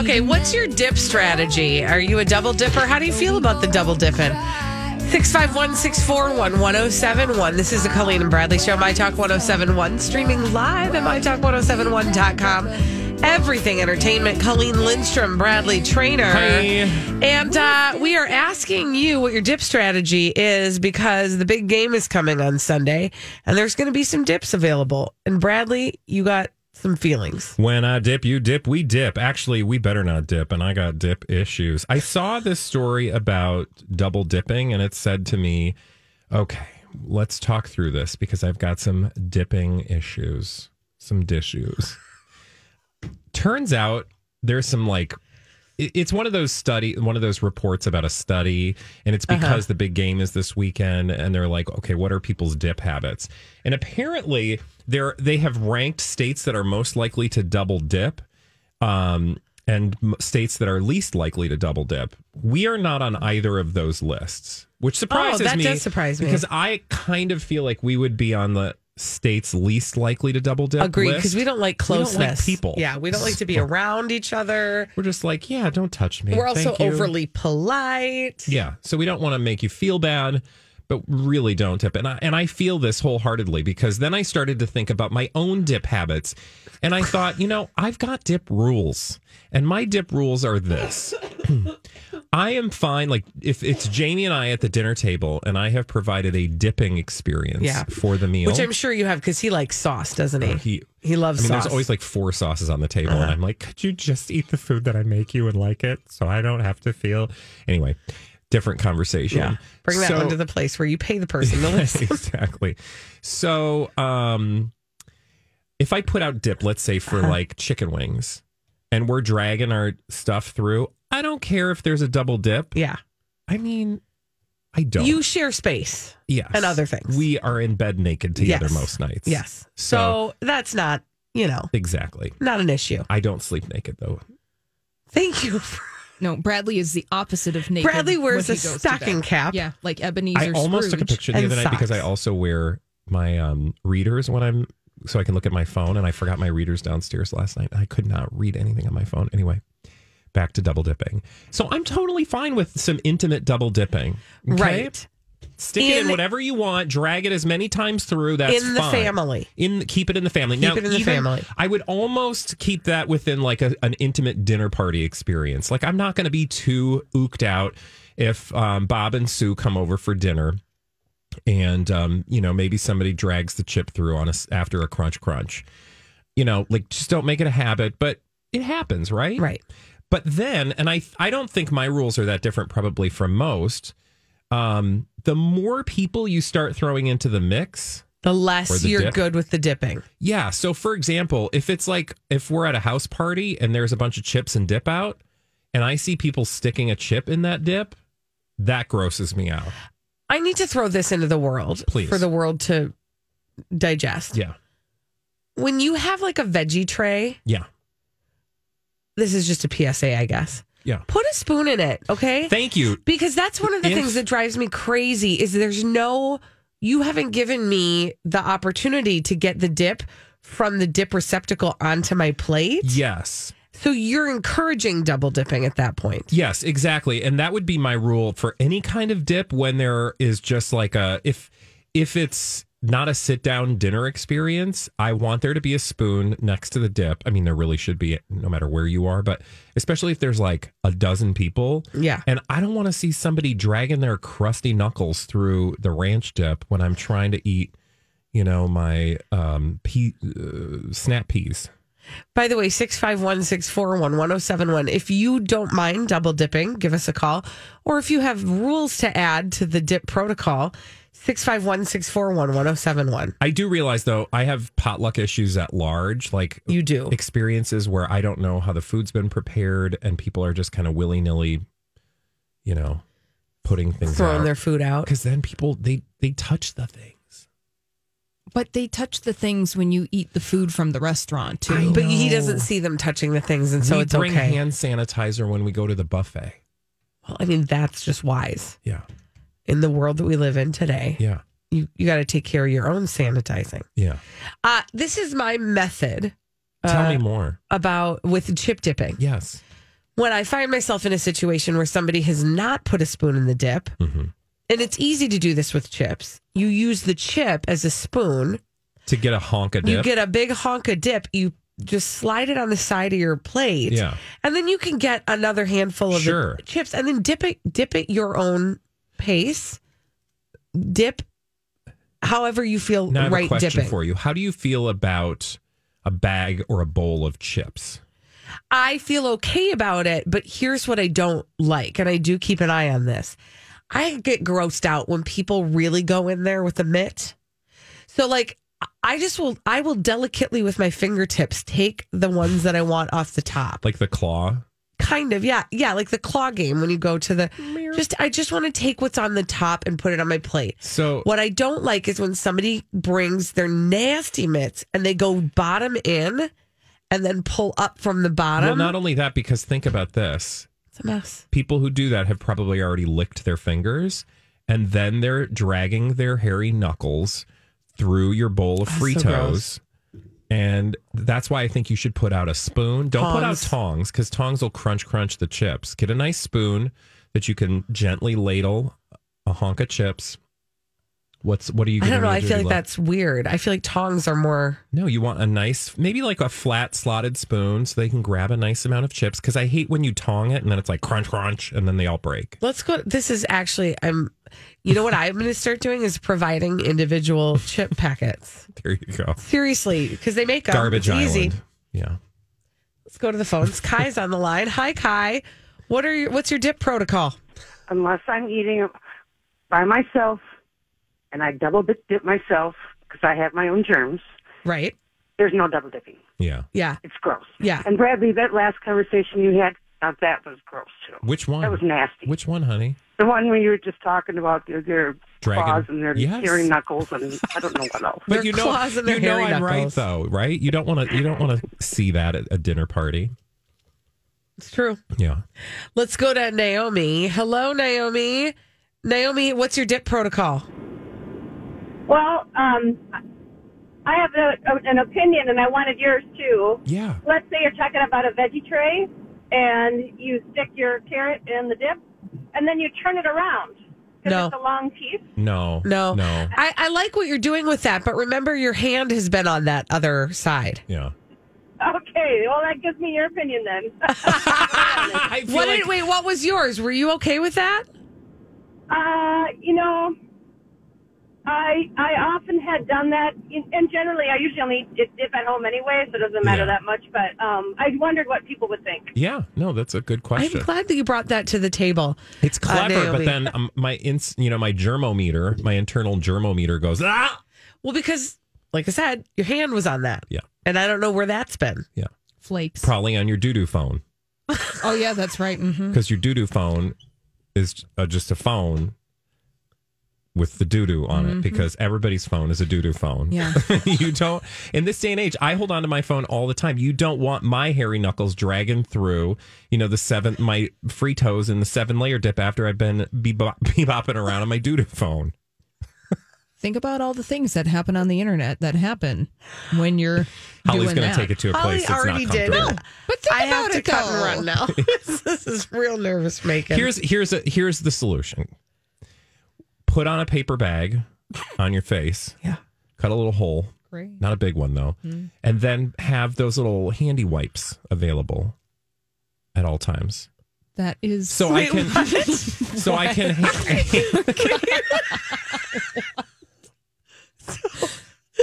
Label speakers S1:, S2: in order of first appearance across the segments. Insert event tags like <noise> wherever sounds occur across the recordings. S1: Okay, what's your dip strategy? Are you a double dipper? How do you feel about the double dipping? 651 641 1071. This is the Colleen and Bradley Show, My Talk 1071, streaming live at MyTalk1071.com. Everything Entertainment, Colleen Lindstrom, Bradley Trainer. And uh, we are asking you what your dip strategy is because the big game is coming on Sunday and there's going to be some dips available. And Bradley, you got some feelings.
S2: When I dip, you dip, we dip. Actually, we better not dip, and I got dip issues. I saw this story about double dipping, and it said to me, okay, let's talk through this because I've got some dipping issues, some dishes. Turns out there's some like, it- it's one of those study, one of those reports about a study, and it's
S1: Uh-huh.
S2: because the big game is this weekend, and they're like, okay, what are people's dip habits? And apparently, they're they have ranked states that are most likely to double dip, um, and m- states that are least likely to double dip. We are not on either of those lists, which surprises
S1: Oh, that
S2: me.
S1: does surprise me.
S2: because I kind of feel like we would be on the states least likely to double dip.
S1: Agreed, because
S2: list.
S1: we don't like
S2: We don't like
S1: closeness.
S2: people.
S1: Yeah, we don't like to be
S2: So-
S1: around each other.
S2: We're just like, yeah, don't touch me.
S1: We're also
S2: Thank you.
S1: overly polite.
S2: Yeah. So we don't want to make you feel bad, but really don't dip. And I, and I feel this wholeheartedly because then I started to think about my own dip habits. And I thought, you know, I've got dip rules. And my dip rules are this. <clears throat> I am fine. Like if it's Jamie and I at the dinner table and I have provided a dipping experience
S1: Yeah.
S2: for the meal.
S1: Which I'm sure you have because he likes sauce, doesn't he?
S2: Uh, he
S1: he loves
S2: I mean,
S1: sauce. Uh-huh.
S2: there's always like four sauces on the table, and I'm like, could you just eat the food that I make you and like it, so I don't have to feel. Anyway, different conversation.
S1: yeah. Bring that
S2: So-
S1: one to the place where you pay the
S2: <laughs>
S1: person to
S2: Yes,
S1: listen.
S2: exactly. So, um, if I put out dip, let's say
S1: Uh-huh.
S2: for like chicken wings, and we're dragging our stuff through, I don't care if there's a double dip.
S1: yeah.
S2: I mean, I don't.
S1: You share space.
S2: yes,
S1: and other things.
S2: We are in bed naked together
S1: Yes.
S2: most nights.
S1: Yes. So,
S2: So-
S1: that's not, you know,
S2: exactly.
S1: not an issue.
S2: I don't sleep naked though.
S1: Thank you. <laughs> for-
S3: No, Bradley is the opposite of naked.
S1: Bradley wears
S3: when
S1: a
S3: he goes to bed.
S1: stocking cap.
S3: Yeah, like
S2: I
S3: Ebenezer
S2: almost took a
S3: Scrooge.
S2: picture the
S1: and
S2: other night because I
S1: socks.
S2: also wear my um, readers when I'm so I can look at my phone, and I forgot my readers downstairs last night. I could not read anything on my phone. Anyway, back to double dipping. So I'm totally fine with some intimate double dipping. okay?
S1: Right.
S2: Stick it
S1: In-
S2: in whatever you want. Drag it as many times through. That's
S1: in the
S2: fine.
S1: family.
S2: In keep it in the family.
S1: Keep
S2: now,
S1: it in the
S2: even-
S1: family.
S2: I would almost keep that within like a, an intimate dinner party experience. Like I'm not going to be too ooked out if um, Bob and Sue come over for dinner, and um, you know maybe somebody drags the chip through on us after a crunch crunch. You know, like just don't make it a habit, but it happens, right?
S1: Right.
S2: But then, and I I don't think my rules are that different probably from most. Um, the more people you start throwing into the mix,
S1: The
S2: Or
S1: less
S2: the
S1: you're
S2: dip.
S1: good with the dipping.
S2: yeah. So, for example, if it's like if we're at a house party and there's a bunch of chips and dip out, and I see people sticking a chip in that dip, that grosses me out.
S1: I need to throw this into the world
S2: Please.
S1: for the world to digest.
S2: Yeah.
S1: When you have like a veggie tray,
S2: Yeah.
S1: this is just a PSA, I guess.
S2: Yeah.
S1: Put a spoon in it, okay?
S2: Thank you.
S1: because that's one of the
S2: If-
S1: things that drives me crazy is there's no you haven't given me the opportunity to get the dip from the dip receptacle onto my plate.
S2: Yes.
S1: So you're encouraging double dipping at that point.
S2: Yes, exactly. And that would be my rule for any kind of dip when there is just like a if if it's not a sit down dinner experience. I want there to be a spoon next to the dip. I mean, there really should be no matter where you are, but especially if there's like a dozen people.
S1: Yeah.
S2: And I don't want to see somebody dragging their crusty knuckles through the ranch dip when I'm trying to eat, you know, my um, pea, uh, snap peas.
S1: By the way, 651 641 1071. If you don't mind double dipping, give us a call. Or if you have rules to add to the dip protocol, 651 641 1071.
S2: I do realize though, I have potluck issues at large, like
S1: You do.
S2: experiences where I don't know how the food's been prepared and people are just kind of willy nilly, you know, putting things
S1: Throwing their
S2: out.
S1: food out.
S2: Because then people they they touch the things.
S3: But they touch the things when you eat the food from the restaurant too.
S1: But he doesn't see them touching the things, and so
S2: we
S1: it's
S2: bring
S1: okay.
S2: hand sanitizer when we go to the buffet.
S1: well, I mean, that's just wise
S2: Yeah,
S1: in the world that we live in today.
S2: yeah,
S1: You, you got to take care of your own sanitizing.
S2: yeah.
S1: Uh, this is my method Uh,
S2: Tell me more.
S1: about with chip dipping.
S2: Yes.
S1: when I find myself in a situation where somebody has not put a spoon in the dip,
S2: Mhm.
S1: and it's easy to do this with chips, you use the chip as a spoon.
S2: To get a honk a
S1: You
S2: dip.
S1: get a big honk of dip. You just slide it on the side of your plate.
S2: Yeah.
S1: And then you can get another handful of the
S2: Sure.
S1: chips and then dip it dip it your own pace. Dip however you feel
S2: now I have a
S1: right
S2: question
S1: dipping.
S2: for you. How do you feel about a bag or a bowl of chips?
S1: I feel okay about it, but here's what I don't like, and I do keep an eye on this. I get grossed out when people really go in there with a mitt. So like I just will I will delicately with my fingertips take the ones that I want off the top.
S2: Like the claw?
S1: Kind of, yeah. Yeah, like the claw game when you go to the just I just want to take what's on the top and put it on my plate.
S2: So
S1: What I don't like is when somebody brings their nasty mitts and they go bottom in and then pull up from the bottom.
S2: Well, not only that, because think about this:
S1: it's a mess.
S2: people who do that have probably already licked their fingers, and then they're dragging their hairy knuckles through your bowl of
S1: so
S2: Fritos.
S1: gross.
S2: and that's why I think you should put out a spoon. Don't put out
S1: Tongs.
S2: tongs because tongs will crunch crunch the chips. Get a nice spoon that you can gently ladle a honk of chips. What's what are you?
S1: I don't
S2: giving
S1: know.
S2: me?
S1: I
S2: Do
S1: feel
S2: you
S1: like that's weird. I feel like tongs are more.
S2: No, you want a nice, maybe like a flat slotted spoon so they can grab a nice amount of chips. Cause I hate when you tong it and then it's like crunch, crunch, and then they all break. <laughs>
S1: Let's go. This is actually. I'm. You know what I'm going to start doing is providing individual chip packets.
S2: There you go.
S1: Seriously, because they make 'em.
S2: Garbage
S1: It's
S2: island.
S1: easy.
S2: Yeah.
S1: Let's go to the phones. Kai's on the line. Hi, Kai. What are your What's your dip protocol?
S4: unless I'm eating it by myself and I double dip dip myself because I have my own germs,
S1: Right.
S4: there's no double dipping.
S2: Yeah.
S1: Yeah.
S4: It's gross.
S1: Yeah.
S4: And Bradley, that last conversation you had, now that was gross too.
S2: Which one?
S4: That was nasty.
S2: Which one, honey?
S4: the one where you were just talking about their, their
S2: Dragon-
S4: claws and their
S2: Yes.
S4: hairy knuckles and I don't know what else.
S2: <laughs> But
S1: Their
S2: you know,
S1: claws and their
S2: you know
S1: hairy
S2: I'm right
S1: knuckles.
S2: though, right? You don't want to. You don't want to see that at a dinner party.
S1: It's true.
S2: Yeah.
S1: Let's go to Naomi. Hello, Naomi. Naomi, what's your dip protocol?
S5: Well, um, I have a, a, an opinion, and I wanted yours too.
S2: Yeah.
S5: Let's say you're talking about a veggie tray, and you stick your carrot in the dip, and then you turn it around. 'cause
S1: No.
S5: It's a long piece. <laughs>
S2: No.
S1: No.
S2: No.
S1: I, I like what you're doing with that, but remember your hand has been on that other side. <laughs>
S2: Yeah.
S5: Okay, well, that gives me your opinion then.
S2: I feel
S1: What
S2: like-
S1: did, wait, what was yours? Were you okay with that?
S5: uh, you know, I I often had done that, in- and generally I usually only dip, dip at home anyway, so it doesn't matter
S2: Yeah.
S5: that much. But um, I wondered what people would think.
S2: Yeah. No, that's a good question.
S1: I'm glad that you brought that to the table.
S2: it's
S1: Uh,
S2: clever, but
S1: Naomi.
S2: then um, my ins, you know, my germometer, my internal germometer goes ah.
S1: Well, because like I said, your hand was on that.
S2: Yeah.
S1: And I don't know where that's been.
S3: flakes.
S2: probably on your doo doo phone
S3: oh yeah, that's right. hmm
S2: because Mm-hmm. your doo doo phone is uh, just a phone with the doo doo on it because everybody's phone is a doo doo phone.
S3: Mm-hmm. Yeah.
S2: <laughs> you don't, in this day and age, I hold on to my phone all the time. You don't want my hairy knuckles dragging through, you know, the seven, my Fritos in the seven layer dip after I've been bebop, <laughs> bebopping around on my doo doo phone.
S3: Think about all the things that happen on the internet that happen when you're
S2: <sighs> Holly's
S3: doing
S2: going to
S3: that.
S2: take it to a place that's not comfortable.
S3: But think
S1: I
S3: about
S1: have to
S3: it
S1: cut
S3: though.
S1: and run now. <laughs> this is real nervous making.
S2: Here's here's a,
S3: <laughs>
S2: here's the solution. Put on a paper bag on your face.
S1: Yeah.
S2: cut a little hole,
S3: Great.
S2: not a big one though,
S1: Mm.
S2: and then have those little handy wipes available at all times.
S3: That is <laughs>
S2: So I can, so I can.
S1: <laughs> Oh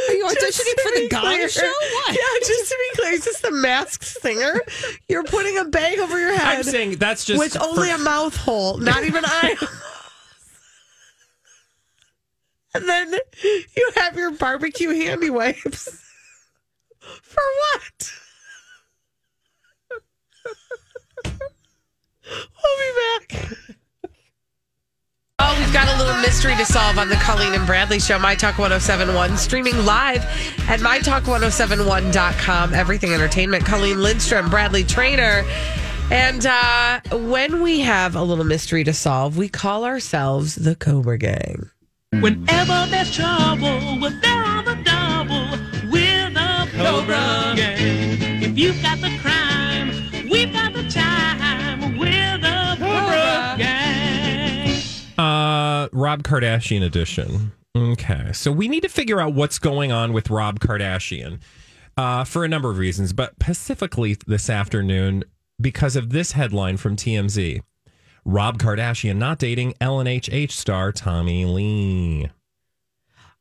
S3: Are you
S1: Just
S3: auditioning
S1: to
S3: for the
S1: be
S3: Gong
S1: clear.
S3: Show?
S1: <laughs>
S3: What?
S1: Yeah, just to be clear, is this the masked singer? You're putting a bag over your head.
S2: I'm saying that's just
S1: with only
S2: for-
S1: a mouth hole,
S2: <laughs>
S1: not even eye. and then you have your barbecue handy wipes. For what? we'll be back. Oh, we've got a little mystery to solve on the Colleen and Bradley show, My Talk 1071, streaming live at MyTalk1071.com. Everything Entertainment. Colleen Lindstrom, Bradley Trainer. And uh, when we have a little mystery to solve, we call ourselves the Cobra Gang.
S6: Whenever there's trouble, we're there on the double. We're the Cobra Gang. If you've got the crime, we've got the time. We're the Cobra Gang.
S2: Uh, Rob Kardashian edition. Okay, so we need to figure out what's going on with Rob Kardashian uh, for a number of reasons, but specifically this afternoon because of this headline from TMZ: Rob Kardashian not dating LNHH star Tommy Lee.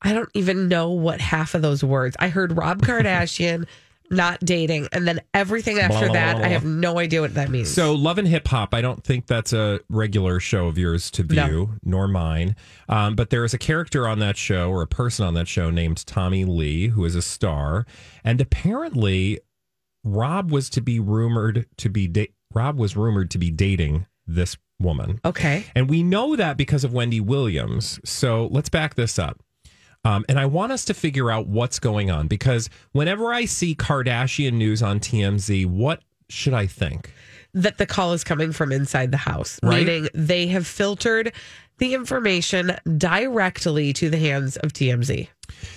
S1: I don't even know what half of those words. I heard Rob Kardashian <laughs> not dating, and then everything after
S2: Blah, blah,
S1: that,
S2: blah,
S1: I have
S2: blah.
S1: no idea what that means.
S2: So, Love and Hip Hop, I don't think that's a regular show of yours to view,
S1: No.
S2: nor mine. Um, but there is a character on that show or a person on that show named Tommy Lee, who is a star. And apparently, Rob was to be rumored to be da- Rob was rumored to be dating this woman.
S1: okay.
S2: And we know that because of Wendy Williams. So let's back this up. Um, and I want us to figure out what's going on because whenever I see Kardashian news on TMZ, what should I think?
S1: that the call is coming from inside the house,
S2: Right.
S1: meaning they have filtered the information directly to the hands of TMZ.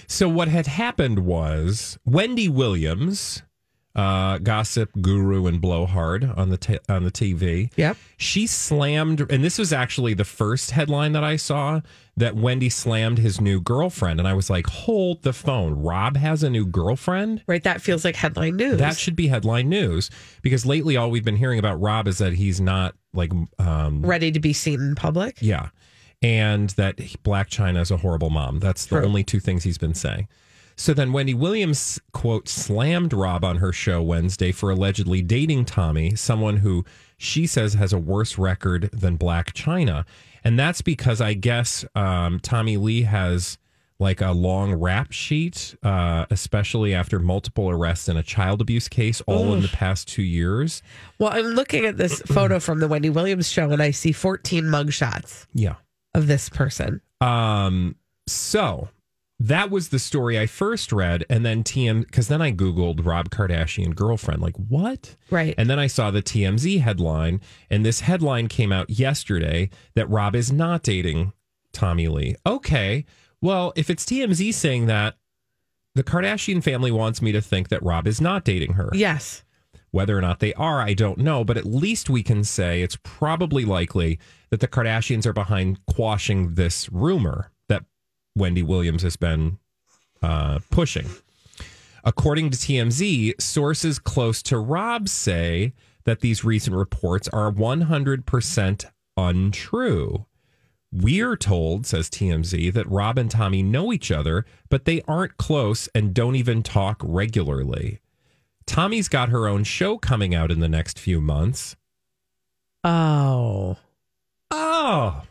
S2: So what had happened was Wendy Williams, uh, gossip guru and blowhard on the t- on the TV.
S1: Yep.
S2: She slammed, and this was actually the first headline that I saw that Wendy slammed his new girlfriend, and I was like, "Hold the phone! Rob has a new girlfriend."
S1: Right? That feels like headline news.
S2: That should be headline news because lately all we've been hearing about Rob is that he's not like um,
S1: ready to be seen in public.
S2: yeah. And that he- Black China is a horrible mom. That's the
S1: True.
S2: only two things he's been saying. So then Wendy Williams, quote, slammed Rob on her show Wednesday for allegedly dating Tommy, someone who she says has a worse record than Black China. And that's because I guess um, Tommy Lee has like a long rap sheet, uh, especially after multiple arrests in a child abuse case all in the past two years.
S1: Well, I'm looking at
S2: <clears throat>
S1: this photo from the Wendy Williams show and I see 14 mugshots
S2: Yeah.
S1: of this person.
S2: Um, so that was the story I first read, and then TM because then I googled Rob Kardashian girlfriend, like what?
S1: Right.
S2: And then I saw the TMZ headline, and this headline came out yesterday that Rob is not dating Tommy Lee. Okay, well if it's TMZ saying that. The Kardashian family wants me to think that Rob is not dating her.
S1: yes.
S2: Whether or not they are, I don't know, but at least we can say it's probably likely that the Kardashians are behind quashing this rumor that Wendy Williams has been uh, pushing. According to TMZ, sources close to Rob say that these recent reports are 100% untrue. We're told, says TMZ, that Rob and Tommy know each other, but they aren't close and don't even talk regularly. Tommy's got her own show coming out in the next few months.
S1: Oh.
S2: Oh.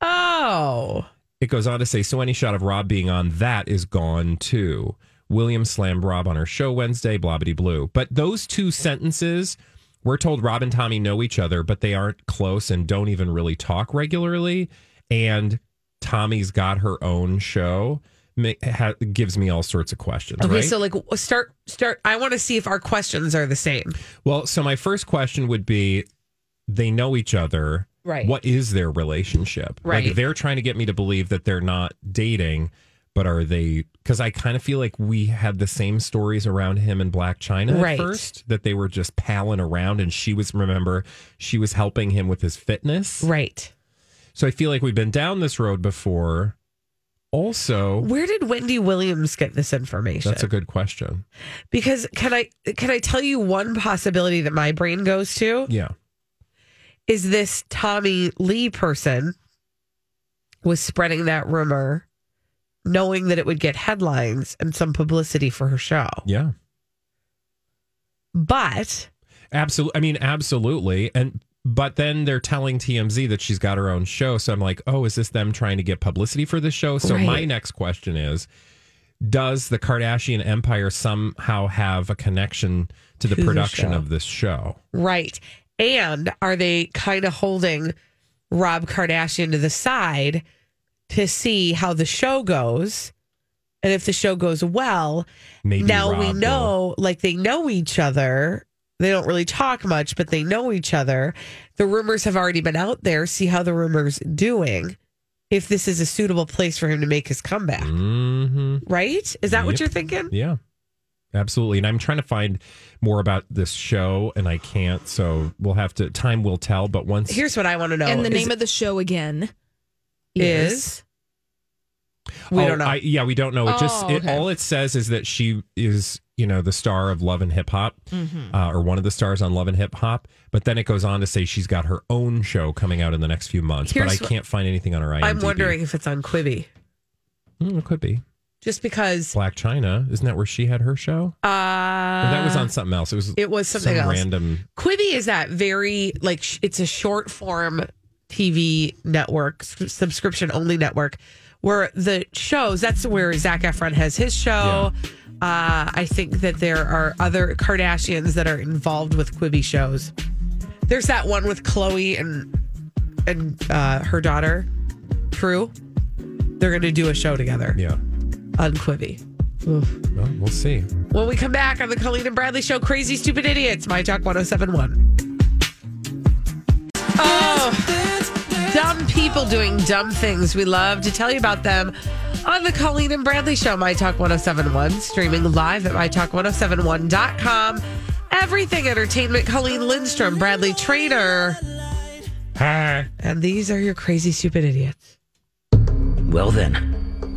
S1: Oh.
S2: It goes on to say so any shot of Rob being on that is gone too. Williams slammed Rob on her show Wednesday, blah bitty blue. But those two sentences, we're told Rob and Tommy know each other, but they aren't close and don't even really talk regularly. And Tommy's got her own show. Ma- ha- gives me all sorts of questions.
S1: Okay,
S2: right?
S1: so like w- start start I want to see if our questions are the same.
S2: Well, so my first question would be they know each other.
S1: Right.
S2: What is their relationship? Like
S1: Right.
S2: they're trying to get me to believe that they're not dating, but are they cuz I kind of feel like we had the same stories around him and Black China at
S1: Right.
S2: first that they were just palling around and she was remember she was helping him with his fitness.
S1: Right.
S2: So I feel like we've been down this road before. Also,
S1: Where did Wendy Williams get this information?
S2: that's a good question.
S1: because can I can I tell you one possibility that my brain goes to
S2: Yeah.
S1: is this Tommy Lee person was spreading that rumor knowing that it would get headlines and some publicity for her show.
S2: Yeah.
S1: But
S2: Absolutely. I mean, absolutely. And but then they're telling TMZ that she's got her own show. So I'm like, oh, is this them trying to get publicity for this show? So my
S1: Right.
S2: next question is, does the Kardashian empire somehow have a connection to the
S1: To the
S2: production
S1: show.
S2: of this show?
S1: right. And are they kind of holding Rob Kardashian to the side to see how the show goes? And if the show goes well,
S2: Maybe
S1: now
S2: Rob
S1: we
S2: will.
S1: know like they know each other they don't really talk much but they know each other the rumors have already been out there see how the rumors doing if this is a suitable place for him to make his comeback
S2: Mhm.
S1: right is that what
S2: Yep.
S1: you're thinking
S2: Yeah, absolutely. And I'm trying to find more about this show, and I can't. So we'll have to. Time will tell. But once
S1: here's what i want to know
S3: and the
S1: is-
S3: name of the show again
S1: is we
S2: Oh,
S1: don't know
S2: I, yeah, we don't know. It just
S3: Oh,
S2: it,
S3: okay.
S2: all it says is that she is you know the star of Love and Hip Hop,
S1: Mm-hmm.
S2: uh, or one of the stars on Love and Hip Hop. But then it goes on to say she's got her own show coming out in the next few months.
S1: Here's
S2: but I
S1: what-
S2: can't find anything on her IMDb.
S1: i'm wondering if it's on quibi
S2: Hmm, it could be
S1: just because
S2: Black China. Isn't that where she had her show?
S1: uh
S2: Or that was on something else. It was
S1: it was something
S2: some
S1: else
S2: random.
S1: Quibi is that very like sh- it's a short form TV network subscription only network where the shows that's where Zach Efron has his show. Uh, I think that there are other Kardashians that are involved with Quibi shows. There's that one with Chloe and and uh, her daughter, True. They're going to do a show together
S2: Yeah.
S1: on Quibi.
S2: Well, we'll see.
S1: When we come back on the Colleen and Bradley Show, Crazy Stupid Idiots, My Talk 1071. Oh, dumb people doing dumb things. We love to tell you about them on the Colleen and Bradley Show, My Talk 1071, streaming live at MyTalk1071.com. Everything entertainment, Colleen Lindstrom, Bradley Trainer.
S2: Hi.
S1: And these are your crazy, stupid idiots.
S7: Well, then,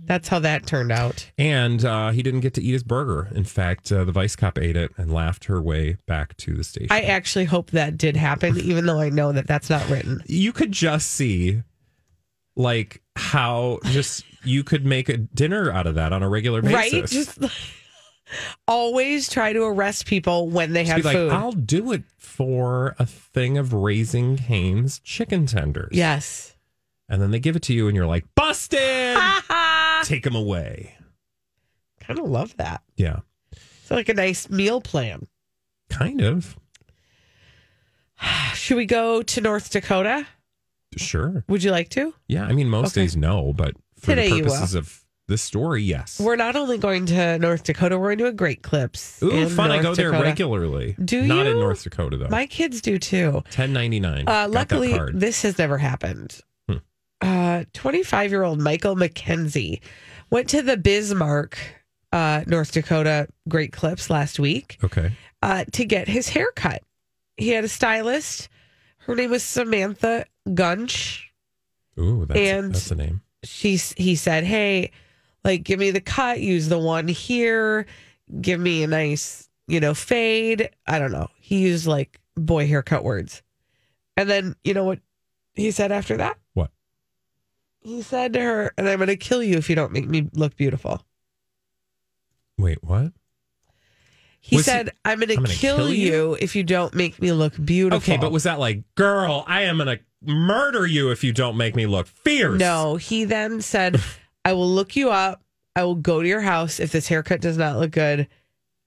S1: That's how that turned out.
S2: And uh, he didn't get to eat his burger. In fact, uh, the vice cop ate it and laughed her way back to the station.
S1: I actually hope that did happen, even though I know that that's not written.
S2: you could just see, like, how just you could make a dinner out of that on a regular basis.
S1: Right? Just <laughs> always try to arrest people when they have
S2: Just be like, "Oh,
S1: food.
S2: I'll do it for a thing of Raising Cane's chicken
S1: <laughs>
S2: tenders. <laughs>
S1: yes.
S2: And then they give it to you, and you're like, busted!
S1: Ah. kind
S2: Take them away.
S1: of love that.
S2: Yeah,
S1: It's like a nice meal plan. <sighs>
S2: kind of.
S1: Should we go to North Dakota?
S2: Sure.
S1: Would you like to?
S2: Yeah, I mean, most
S1: Okay.
S2: days no, but for
S1: Today
S2: the
S1: you will.
S2: purposes of this story, yes.
S1: We're not only going to North Dakota, we're going to a Great Clips.
S2: Ooh,
S1: in
S2: fun! I
S1: North
S2: go there
S1: Dakota.
S2: regularly.
S1: Do
S2: Not
S1: you?
S2: in North Dakota though.
S1: My kids do too.
S2: Ten ninety nine.
S1: Uh, luckily,
S2: that card.
S1: this has never happened.
S2: Hmm.
S1: Uh, 25-year-old Michael McKenzie went to the Bismarck, uh, North Dakota Great Clips last week
S2: okay.
S1: uh, to get his hair cut. He had a stylist. Her name was Samantha Gunch.
S2: Ooh, that's
S1: And-
S2: that's the name.
S1: she he said, "Hey, like give me the cut, use the one here, give me a nice, you know, fade." I don't know. He used like boy haircut words. And then, you know what he said after that?
S2: What?
S1: He said to her, "And I'm going to kill you if you don't make me look beautiful."
S2: Wait, what?
S1: He
S2: Was he-
S1: said, "I'm going
S2: "I'm
S1: to
S2: gonna
S1: kill,
S2: kill you?"
S1: you, if you don't make me look beautiful."
S2: Okay, but was that like, girl? I am gonna murder you if you don't make me look fierce.
S1: No, he then said, I will look you up. I will go to your house if this haircut does not look good,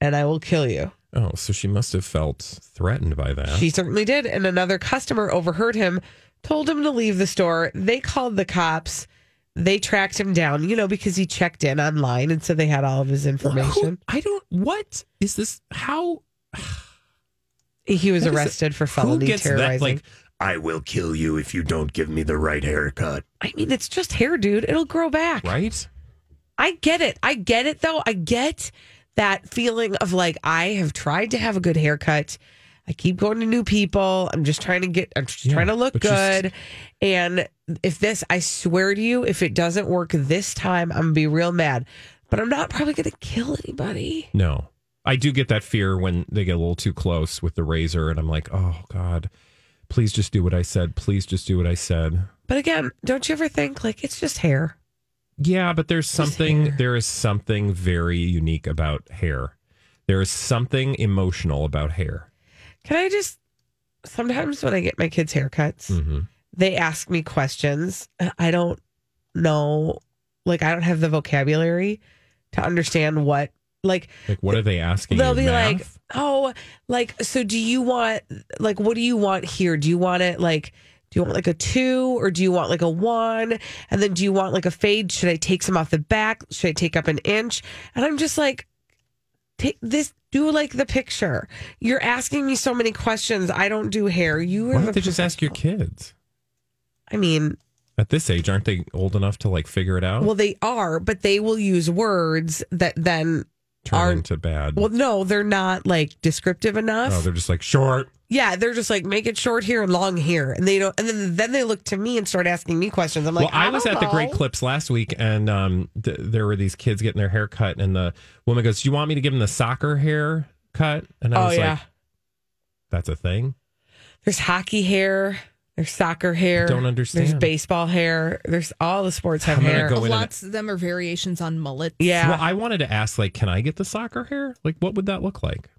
S1: and I will kill you.
S2: Oh, so she must have felt threatened by that.
S1: She certainly did. And another customer overheard him, told him to leave the store. They called the cops. They tracked him down, you know, because he checked in online. And so they had all of his
S2: Who,
S1: information.
S2: I don't. What is this? How
S1: He was
S2: What is it?
S1: arrested for
S2: who
S1: felony
S2: gets
S1: terrorizing.
S2: that? Like,
S7: I will kill you if you don't give me the right haircut.
S1: I mean, it's just hair, dude. It'll grow back.
S2: right?
S1: I get it. I get it though. I get that feeling of like I have tried to have a good haircut. I keep going to new people. I'm just trying to get I'm just
S2: Yeah,
S1: trying to look
S2: but just-
S1: good. and if this I swear to you, if it doesn't work this time, I'm gonna be real mad. But I'm not probably gonna kill anybody.
S2: No. I do get that fear when they get a little too close with the razor, and I'm like, oh, God, please just do what I said. Please just do what I said.
S1: But again, don't you ever think like it's just hair?
S2: Yeah, but there's something,
S1: hair.
S2: there is something very unique about hair. There is something emotional about hair.
S1: Can I just sometimes when I get my kids' haircuts,
S2: Mm-hmm.
S1: they ask me questions. I don't know, like, I don't have the vocabulary to understand what, like,
S2: Like, what are they asking?
S1: they'll
S2: you,
S1: be
S2: math?
S1: like, oh, like, so do you want, like, what do you want here? Do you want it, like, do you want like a two or do you want like a one? And then do you want like a fade? Should I take some off the back? Should I take up an inch? And I'm just like, take this, do like the picture. You're asking me so many questions. I don't do hair. You are
S2: why
S1: the
S2: don't they just ask your
S1: professional.
S2: kids?
S1: I mean,
S2: At this age, aren't they old enough to like figure it out?
S1: Well, they are, but they will use words that then,
S2: Turn
S1: aren't-
S2: into bad.
S1: well, no, they're not like descriptive enough.
S2: oh, they're just like short.
S1: yeah, they're just like make it short here and long here, and they don't. And then then they look to me and start asking me questions. I'm like,
S2: well, I, was
S1: don't
S2: at the Great
S1: know.
S2: Clips last week, and um, th- there were these kids getting their hair cut, and the woman goes, "Do you want me to give them the soccer hair cut?" And I
S1: Oh
S2: was
S1: yeah,
S2: like, "That's a thing."
S1: there's hockey hair. There's soccer hair.
S2: don't understand.
S1: There's baseball hair. There's all the sports have
S2: I'm gonna
S1: hair.
S2: go in and-
S3: Lots of them are variations on mullets.
S1: yeah.
S2: Well, I wanted to ask, like, can I get the soccer hair? Like, what would that look like?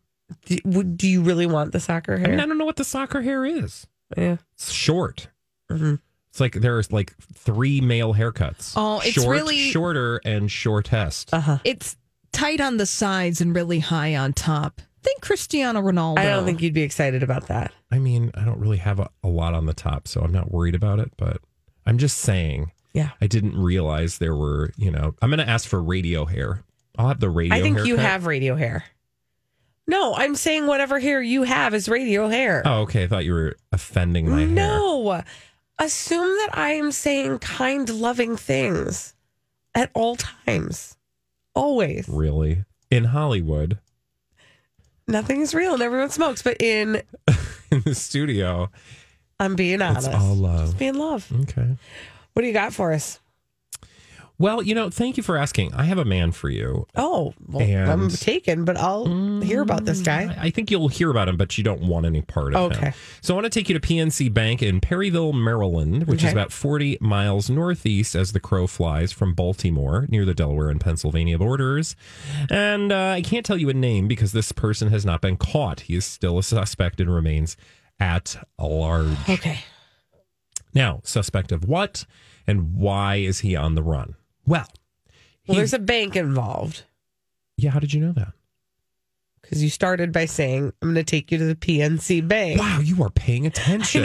S1: do, would- do you really want the soccer
S2: I
S1: hair?
S2: mean, I don't know what the soccer hair is.
S1: yeah.
S2: It's short.
S1: Mhm.
S2: It's like there's like three male haircuts.
S3: Oh, it's
S2: Short,
S3: really-
S2: shorter and shortest.
S1: Uh huh.
S3: It's tight on the sides and really high on top. Think Cristiano Ronaldo.
S1: I don't think you'd be excited about that.
S2: I mean, I don't really have a, a lot on the top, so I'm not worried about it. But I'm just saying,
S3: Yeah.
S2: I didn't realize there were, you know, I'm going to ask for radio hair. I'll have the radio
S1: I think you
S2: haircut.
S1: have radio hair. No, I'm saying whatever hair you have is radio hair.
S2: Oh, okay. I thought you were offending my hair.
S1: no. Assume that I am saying kind, loving things at all times. Always.
S2: Really? In Hollywood, <laughs>
S1: Nothing is real and everyone smokes, but in
S2: in the studio.
S1: I'm being honest.
S2: all love.
S1: Just being love.
S2: Okay.
S1: What do you got for us?
S2: Well, you know, thank you for asking. I have a man for you.
S1: Oh, well,
S2: And-
S1: I'm taken, but I'll hear about this guy.
S2: I think you'll hear about him, but you don't want any part of him.
S1: Okay.
S2: So I want to take you to PNC Bank in Perryville, Maryland, which is
S1: Okay.
S2: about 40 miles northeast as the crow flies from Baltimore near the Delaware and Pennsylvania borders. And uh, I can't tell you a name because this person has not been caught. He is still a suspect and remains at large.
S1: Okay.
S2: Now, suspect of what and why is he on the run? Well,
S1: Well,
S2: he-
S1: there's a bank involved
S2: yeah, how did you know that?
S1: because you started by saying, I'm going to take you to the PNC bank.
S2: Wow, you are paying attention.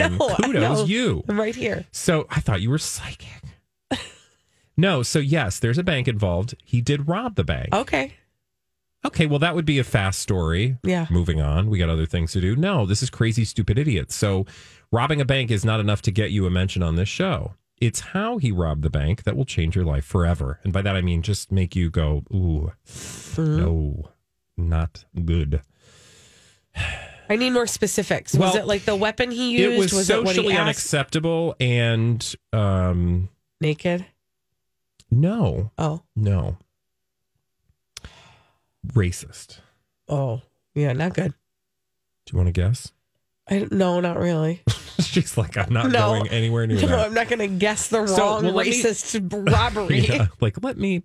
S1: <laughs> I know, I
S2: Kudos,
S1: know.
S2: you.
S1: I'm right here.
S2: So I thought you were psychic. <laughs> no, so yes, there's a bank involved. He did rob the bank.
S1: Okay.
S2: Okay, well, that would be a fast story.
S1: Yeah.
S2: Moving on. We got other things to do. No, this is crazy, stupid idiots. So robbing a bank is not enough to get you a mention on this show. It's how he robbed the bank that will change your life forever. And by that, I mean just make you go, ooh,
S1: Hmm?
S2: no, not good.
S1: I need more specifics. was
S2: Well,
S1: it like the weapon he used?
S2: it was,
S1: what
S2: socially
S1: he asked?
S2: unacceptable. And um,
S1: Naked.
S2: no,
S1: Oh,
S2: No. Racist.
S1: oh, yeah, not good.
S2: Do you want to guess? <laughs>
S1: I no, not really.
S2: She's like, I'm not
S1: No.
S2: going anywhere
S1: <laughs>
S2: near
S1: No,
S2: that.
S1: I'm not going to guess the
S2: So,
S1: wrong
S2: well, let me-
S1: racist <laughs> robbery.
S2: <laughs> Yeah, like, let me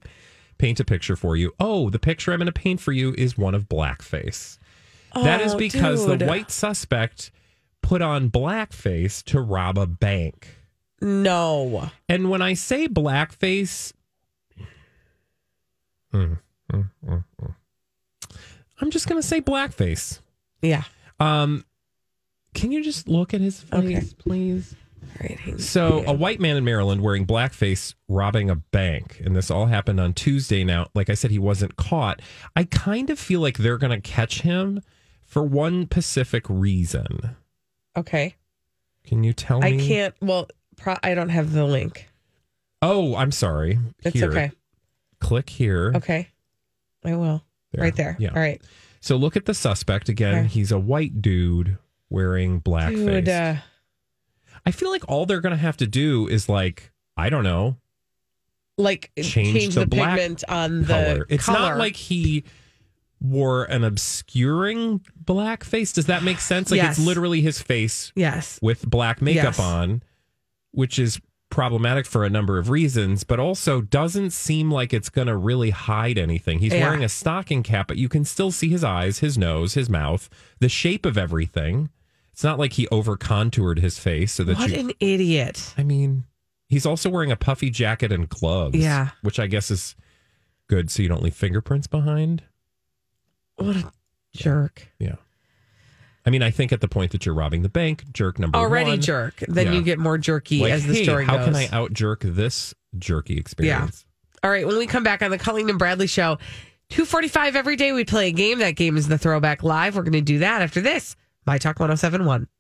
S2: paint a picture for you. Oh, the picture I'm going to paint for you is one of blackface. that is
S1: Oh,
S2: because the
S1: dude.
S2: white suspect put on blackface to rob a bank.
S1: No,
S2: And when I say blackface, Mm, mm, mm, mm. I'm just going to say blackface.
S1: yeah.
S2: Um, can you just look at his face, please?
S1: All right, hang on.
S2: So, a white man in Maryland wearing blackface robbing a bank, and this all happened on Tuesday. Now, like I said, he wasn't caught. I kind of feel like they're going to catch him for one specific reason.
S1: okay,
S2: Can you tell
S1: I
S2: me?
S1: can't. Well, pro- I don't have the link.
S2: Oh, I'm sorry.
S1: It's
S2: Here.
S1: okay.
S2: Click here.
S1: Okay, I will. Right there.
S2: Yeah.
S1: All right,
S2: So look at the suspect again.
S1: Okay.
S2: He's a white dude wearing blackface.
S1: dude. Uh,
S2: I feel like all they're going to have to do is like I don't know,
S1: like
S2: Change
S1: change,
S2: the
S1: the,
S2: black
S1: pigment on the
S2: color. It's not
S1: color.
S2: like he wore an obscuring black face. Does that make sense? Like
S1: Yes.
S2: it's literally his face
S1: yes,
S2: with black makeup
S1: Yes.
S2: on, which is problematic for a number of reasons, but also doesn't seem like it's going to really hide anything. He's
S1: Yeah.
S2: wearing a stocking cap, but you can still see his eyes, his nose, his mouth, the shape of everything. It's not like he over contoured his face so that
S1: what
S2: you
S1: an idiot.
S2: I mean, he's also wearing a puffy jacket and gloves.
S1: Yeah.
S2: Which I guess is good so you don't leave fingerprints behind.
S1: What a jerk.
S2: Yeah. I mean, I think at the point that you're robbing the bank, jerk number
S1: Already
S2: one.
S1: jerk. Then
S2: Yeah.
S1: you get more jerky
S2: Like,
S1: as the
S2: hey,
S1: story
S2: how
S1: goes.
S2: can I out jerk this jerky experience?
S1: All right, when we come back on the Colleen and Bradley show, 245 every day we play a game. That game is the throwback live. We're going to do that after this. My Talk 1071.